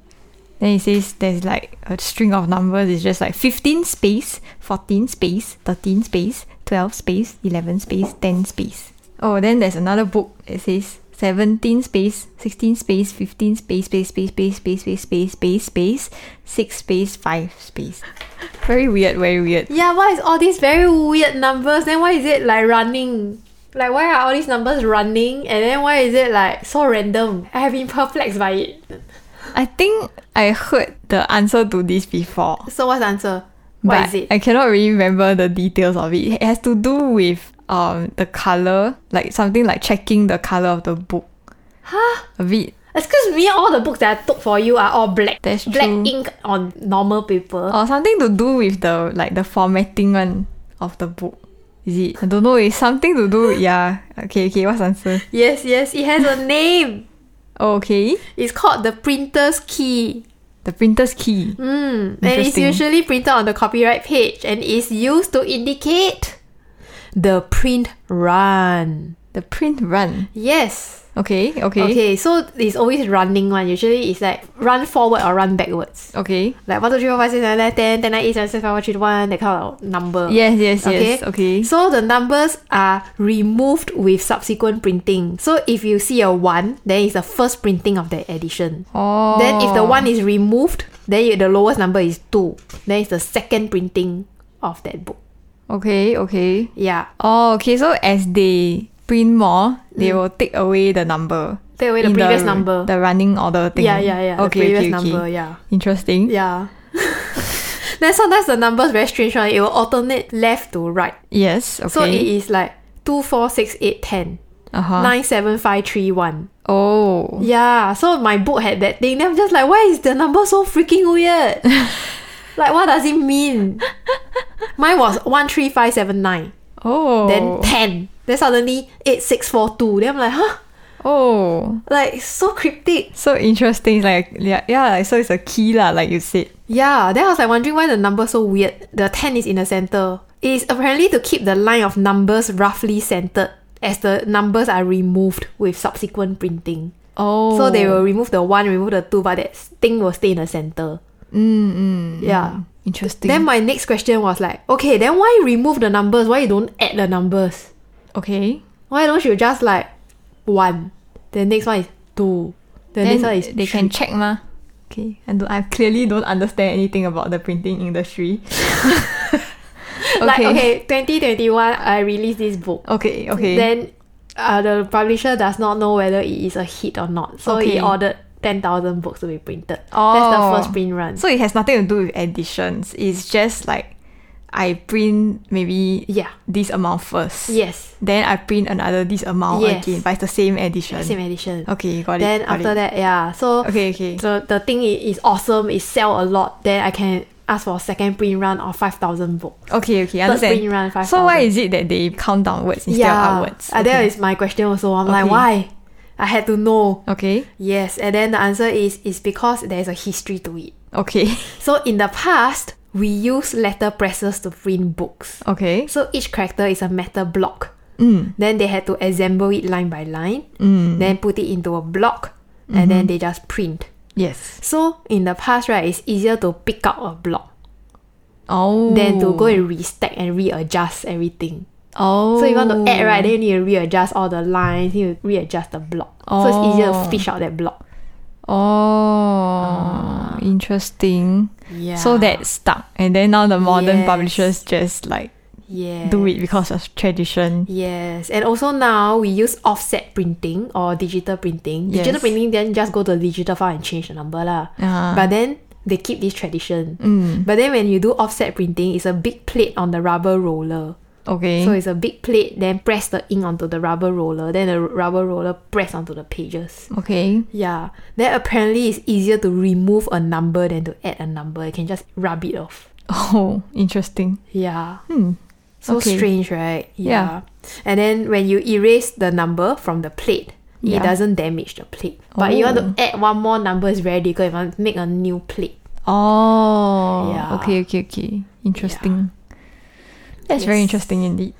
Then it says there's like a string of numbers. It's just like 15 space, 14 space, 13 space, 12 space, 11 space, 10 space. Oh, then there's another book. It says 17 space, 16 space, 15 space, space, space, space, space, space, space, space, space, 6 space, 5 space. <laughs> Very weird, very weird. Yeah, why is all these very weird numbers? Then why is it like running? Like why are all these numbers running? And then why is it like so random? I have been perplexed by it. I think I heard the answer to this before. So what's the answer? What but is it? I cannot really remember the details of it. It has to do with um the color, like something like checking the color of the book. huh? A bit. Excuse me, all the books that I took for you are all black. That's black true. ink on normal paper. Or something to do with the like the formatting one of the book. Is it? I don't know. It's something to do. Yeah. Okay. Okay. What's the answer? Yes, yes, it has <laughs> a name. Okay. It's called the printer's key. The printer's key. Mm, and it's Interesting. usually printed on the copyright page and is used to indicate the print run. The print run. Yes. Okay. Okay. Okay. so it's always running one. Usually it's like run forward or run backwards. Okay. Like 1, 2, 3, 4, 5, 6, 7, 8, 10, 10, 9, 8, 7, 6, 5, 4, 3, 2, 1, that kind of number. Yes. Yes. Yes. Okay. So the numbers are removed with subsequent printing. So if you see a 1, then it's the first printing of that edition. oh. Then if the one is removed, then you, the lowest number is two. Then it's the second printing of that book. Oh. Okay. Okay. Yeah. Oh. Okay. So as they print more, they will take away the number. Mm. Take away the in previous number. The running order thing. yeah, yeah, yeah. Okay. the previous okay, okay. number, yeah. Interesting. Yeah. <laughs> then sometimes the numbers very strange, right? It will alternate left to right. Yes. Okay. So it is like two, four, six, eight, ten. uh huh. Nine seven five three one. Oh. Yeah. So my book had that thing. Then I'm just like, why is the number so freaking <laughs> weird? like what does it mean? Mine was one three five seven nine. Oh. then 10 then suddenly 8642 then i'm like huh <laughs> Oh. like so cryptic So interesting. It's like yeah, yeah. like, So it's a key lah, like you said. yeah then i was like wondering why the number so weird the 10 is in the center it is apparently to keep the line of numbers roughly centered as the numbers are removed with subsequent printing Oh. so they will remove the 1 remove the 2 but that thing will stay in the center Mm, mm. yeah Interesting. then my next question was like okay then why remove the numbers why you don't add the numbers okay. why don't you just like 1 the next one is 2 the next one is they can check ma. Okay. I don't, I clearly don't understand anything about the printing industry. <laughs> <laughs> Like okay, 2021, I released this book. Okay. Okay. Then uh, the publisher does not know whether it is a hit or not, so he Okay. ordered ten thousand books to be printed. Oh. That's the first print run. so it has nothing to do with editions. It's just like I print maybe yeah. this amount first. Yes. Then I print another this amount Yes. again, but it's the same edition. Same edition. Okay, got Then it. got after it. that, yeah. So Okay. Okay. the the thing i- is awesome. It sell a lot. Then I can ask for a second print run of five thousand books. Okay, okay, print run, understand. 5,000. so why is it that they count downwards instead of upwards? Uh, That is my question also. I'm like, Okay. why? I had to know. okay, Yes, and then the answer is is because there is a history to it. okay, <laughs> So in the past, we used letter presses to print books. okay. So each character is a metal block. Mm, Then they had to assemble it line by line, mm. Mm-hmm. then put it into a block, and then they just print. Yes. So in the past, right, it's easier to pick up a block Oh. than to go and restack and readjust everything. Oh. So you want to add right, then you need to readjust all the lines, you need to readjust the block. So it's easier to Oh. fish out that block. Oh. Interesting. Ah. Yeah. So that stuck, and then now the modern Yes. publishers just like yeah. do it because of tradition. Yes, and also now we use offset printing or digital printing. Digital Yes. printing, then just go to the digital file and change the number lah. Ah. But then they keep this tradition. Mm. But then when you do offset printing, it's a big plate on the rubber roller. Okay. So it's a big plate, then press the ink onto the rubber roller, then the rubber roller press onto the pages. okay. <laughs> Yeah, then apparently it's easier to remove a number than to add a number. You can just rub it off. Oh, interesting. Yeah. Hmm. So Okay. strange, right? Yeah. And then when you erase the number from the plate, it Yeah. doesn't damage the plate. But you want to add one more number is very difficult. You want to make a new plate. Oh. Yeah. Okay. Okay. Okay. Interesting. That's very Yes. interesting indeed.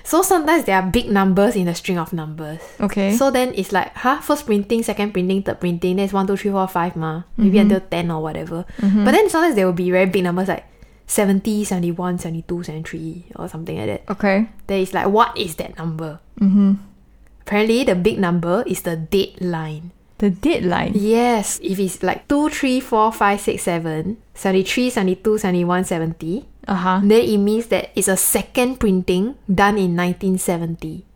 So sometimes there are big numbers in the string of numbers. Okay. So then it's like, huh, first printing, second printing, third printing, that's one, two, three, four, five, ma. Maybe Mm-hmm. until 10 or whatever. But then sometimes there will be very big numbers like 70, 71, 72, 73 or something like that. Okay. Then it's like, what is that number? Mm-hmm. Apparently the big number is the deadline. The deadline. Yes, if it's like 2, 3, 4, 5, 6, 7, 73, 72, 71, 70, Uh huh. then it means that it's a second printing done in 1970.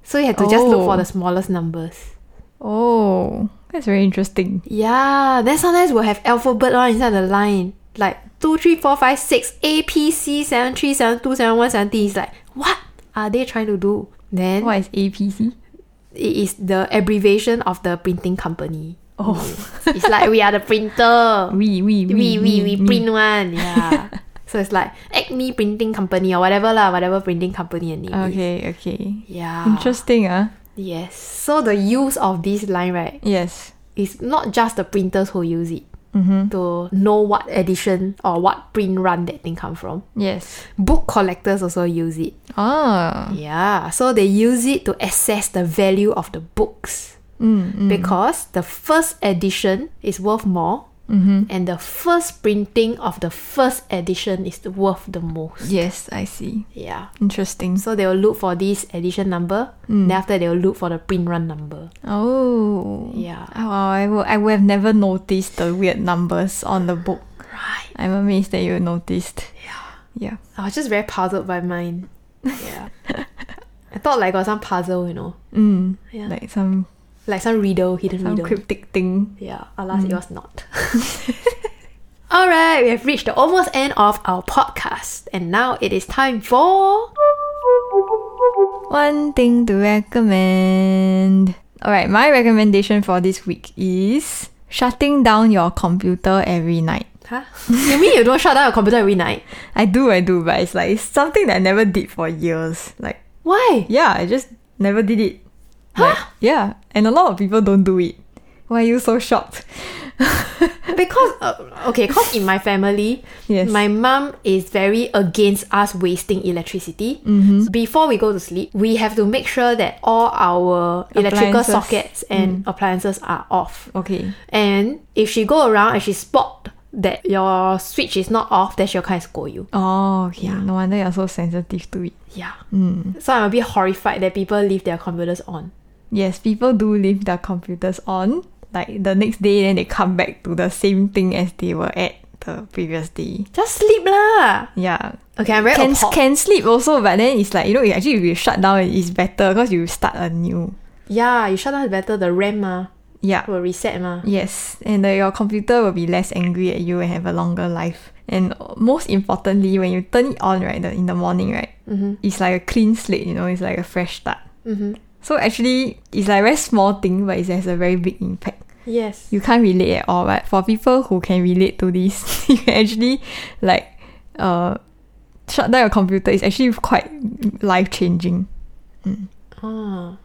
So you have to just look Oh. for the smallest numbers. Oh, that's very interesting. Yeah, then sometimes we'll have alphabet one inside the line. Like 2, 3, 4, 5, 6, A, P, C, 7, 3, 7, 2, 7, 1, 7, It's like, what are they trying to do? Then What is APC? it is the abbreviation of the printing company. Oh, It's like we are the printer. <laughs> we we we we we we we. <laughs> print one yeah So it's like Acme Printing Company or whatever lah, whatever printing company and name. is. Okay, okay. Yeah. Interesting, ah. Yes. So the use of this line, right, Yes. is not just the printers who use it to know what edition or what print run that thing come from. Yes. Book collectors also use it. Ah. Yeah. So they use it to assess the value of the books Mm, mm. because the first edition is worth more. And the first printing of the first edition is worth the most. Yes, I see. Yeah. Interesting. So they will look for this edition number. Then after they will look for the print run number. Oh. Yeah. Oh, wow, I would, I would have never noticed the weird numbers on the book. Right. I'm amazed that you noticed. Yeah. I was just very puzzled by mine. Yeah. <laughs> I thought like got some puzzle, you know, Yeah. Mm. Yeah. Like some like some Mm. riddle, hidden some riddle. cryptic thing. Yeah, alas, it was not. <laughs> All right, we have reached the almost end of our podcast, and now it is time for One thing to recommend. Alright, my recommendation for this week is shutting down your computer every night. huh? you mean you don't shut down your computer every night? I do, I do, but it's like it's something that I never did for years. Like Why? yeah, I just never did it. Like, yeah, and a lot of people don't do it. Why are you so shocked? <laughs> Because uh, okay, because in my family, Yes. my mom is very against us wasting electricity. Mm-hmm. Before we go to sleep, we have to make sure that all our electrical Appliances. Mm. sockets and appliances are off. Okay. And if she go around and she spot that your switch is not off, then she'll kind of scold you. Oh, okay. No wonder you're so sensitive to it. Yeah. Mm. So I'm a bit horrified that people leave their computers on. Yes, people do leave their computers on. Like the next day, then they come back to the same thing as they were at the previous day. Just sleep lah. Yeah. Okay, I'm very Can, appalled. can sleep also, but then it's like, you know, you actually if you shut down, it's better because you start anew. Yeah, you shut down is better. The RAM mah Yeah. will reset mah. Yes, and the, your computer will be less angry at you and have a longer life. And most importantly, when you turn it on, right, the, in the morning, right, it's like a clean slate, you know, it's like a fresh start. Mm-hmm. So actually, it's like a very small thing, but it has a very big impact. Yes. You can't relate at all, but for people who can relate to this, <laughs> you can actually, like, uh, shut down your computer is actually quite life changing. Ah.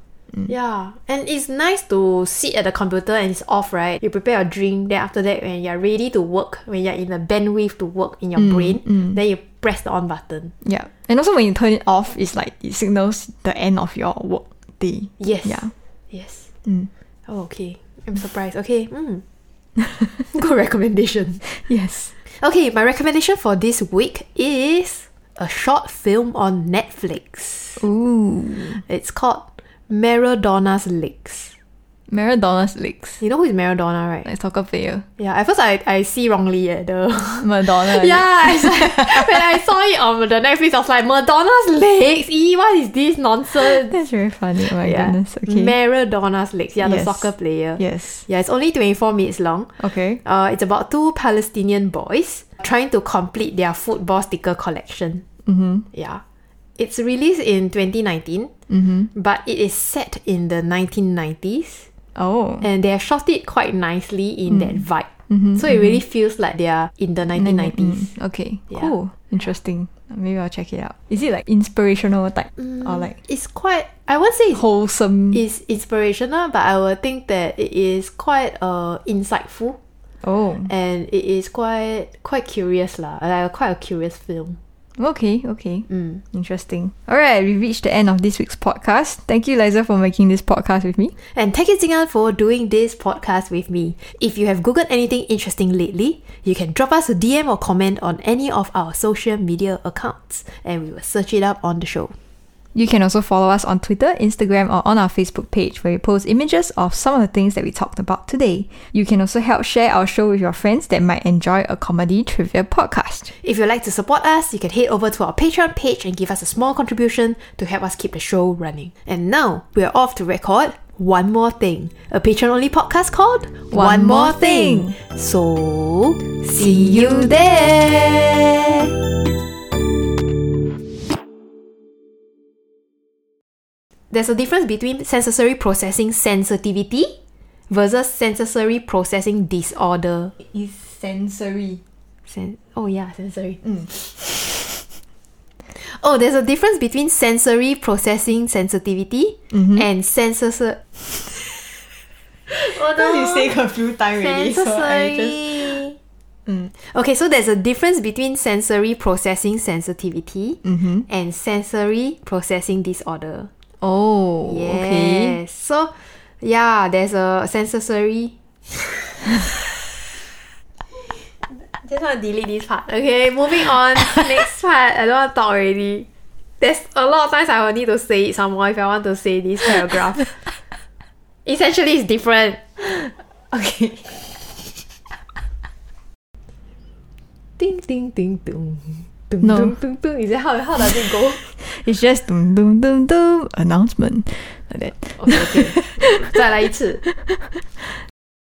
Yeah, and it's nice to sit at the computer and it's off, right? You prepare your drink, then after that, when you're ready to work, when you're in the bandwidth to work in your brain, then you press the on button. Mm, Yeah, and also when you turn it off, it's like it signals the end of your work day. Yes. Yeah. Yes. Mm. Oh, okay. I'm surprised. Okay. Mm. Good recommendation. Yes. Okay, my recommendation for this week is a short film on Netflix. Ooh. It's called Maradona's Legs. Maradona's legs. You know who is Maradona, right? Like soccer player. Yeah, at first I, I see wrongly at the <laughs> Madonna. Yeah, it's like, when I saw it on the Netflix, I was like, Madonna's legs. E, what is this nonsense? That's very funny. Oh my goodness. Okay. Maradona's legs. Yeah, Yes. the soccer player. yes. Yeah, it's only 24 minutes long. Okay. Uh, it's about two Palestinian boys trying to complete their football sticker collection. Mm-hmm. Yeah. It's released in 2019, Mm-hmm. but it is set in the 1990s Oh. and they have shot it quite nicely Mm. in that vibe. Mm-hmm, so it really feels like they are in the 1990s. Mm, okay. Yeah. Cool. Interesting. Maybe I'll check it out. Is it like inspirational type Mm. or like It's quite, I won't say it's wholesome? is inspirational, but I would think that it is quite uh insightful oh. and it is quite quite curious lah. Like quite a curious film. Okay. Okay. Mm. Interesting. All right. We reached the end of this week's podcast. Thank you, Liza, for making this podcast with me. And thank you Zingan for doing this podcast with me. If you have googled anything interesting lately, you can drop us a DM or comment on any of our social media accounts and we will search it up on the show. You can also follow us on Twitter, Instagram, or on our Facebook page where we post images of some of the things that we talked about today. You can also help share our show with your friends that might enjoy a comedy trivia podcast. If you'd like to support us, you can head over to our Patreon page and give us a small contribution to help us keep the show running. And now we're off to record One More Thing, a Patreon only podcast called One, More So, see you there! There's a difference between sensory processing sensitivity versus sensory processing disorder. It's sensory. Sen- Oh yeah, sensory. Mm. <laughs> Oh, there's a difference between sensory processing sensitivity Mm-hmm. and <laughs> sensor. oh Because you say a few times already, so I just Mm. sensory. Okay, so there's a difference between sensory processing sensitivity Mm-hmm. and sensory processing disorder. oh Yes. okay. So, yeah, there's a sensory. <laughs> Just want to delete this part. Okay, moving <laughs> on. Next part. I don't want to talk already. There's a lot of times I will need to say it some more if I want to say this <laughs> paragraph. Essentially, it's different. Okay. Ding, ding, ding, ding. Dum, No. dum, dum, dum. Is that how, how does it <laughs> go? It's just dum dum dum dum announcement like that. okay, okay. 再来一次。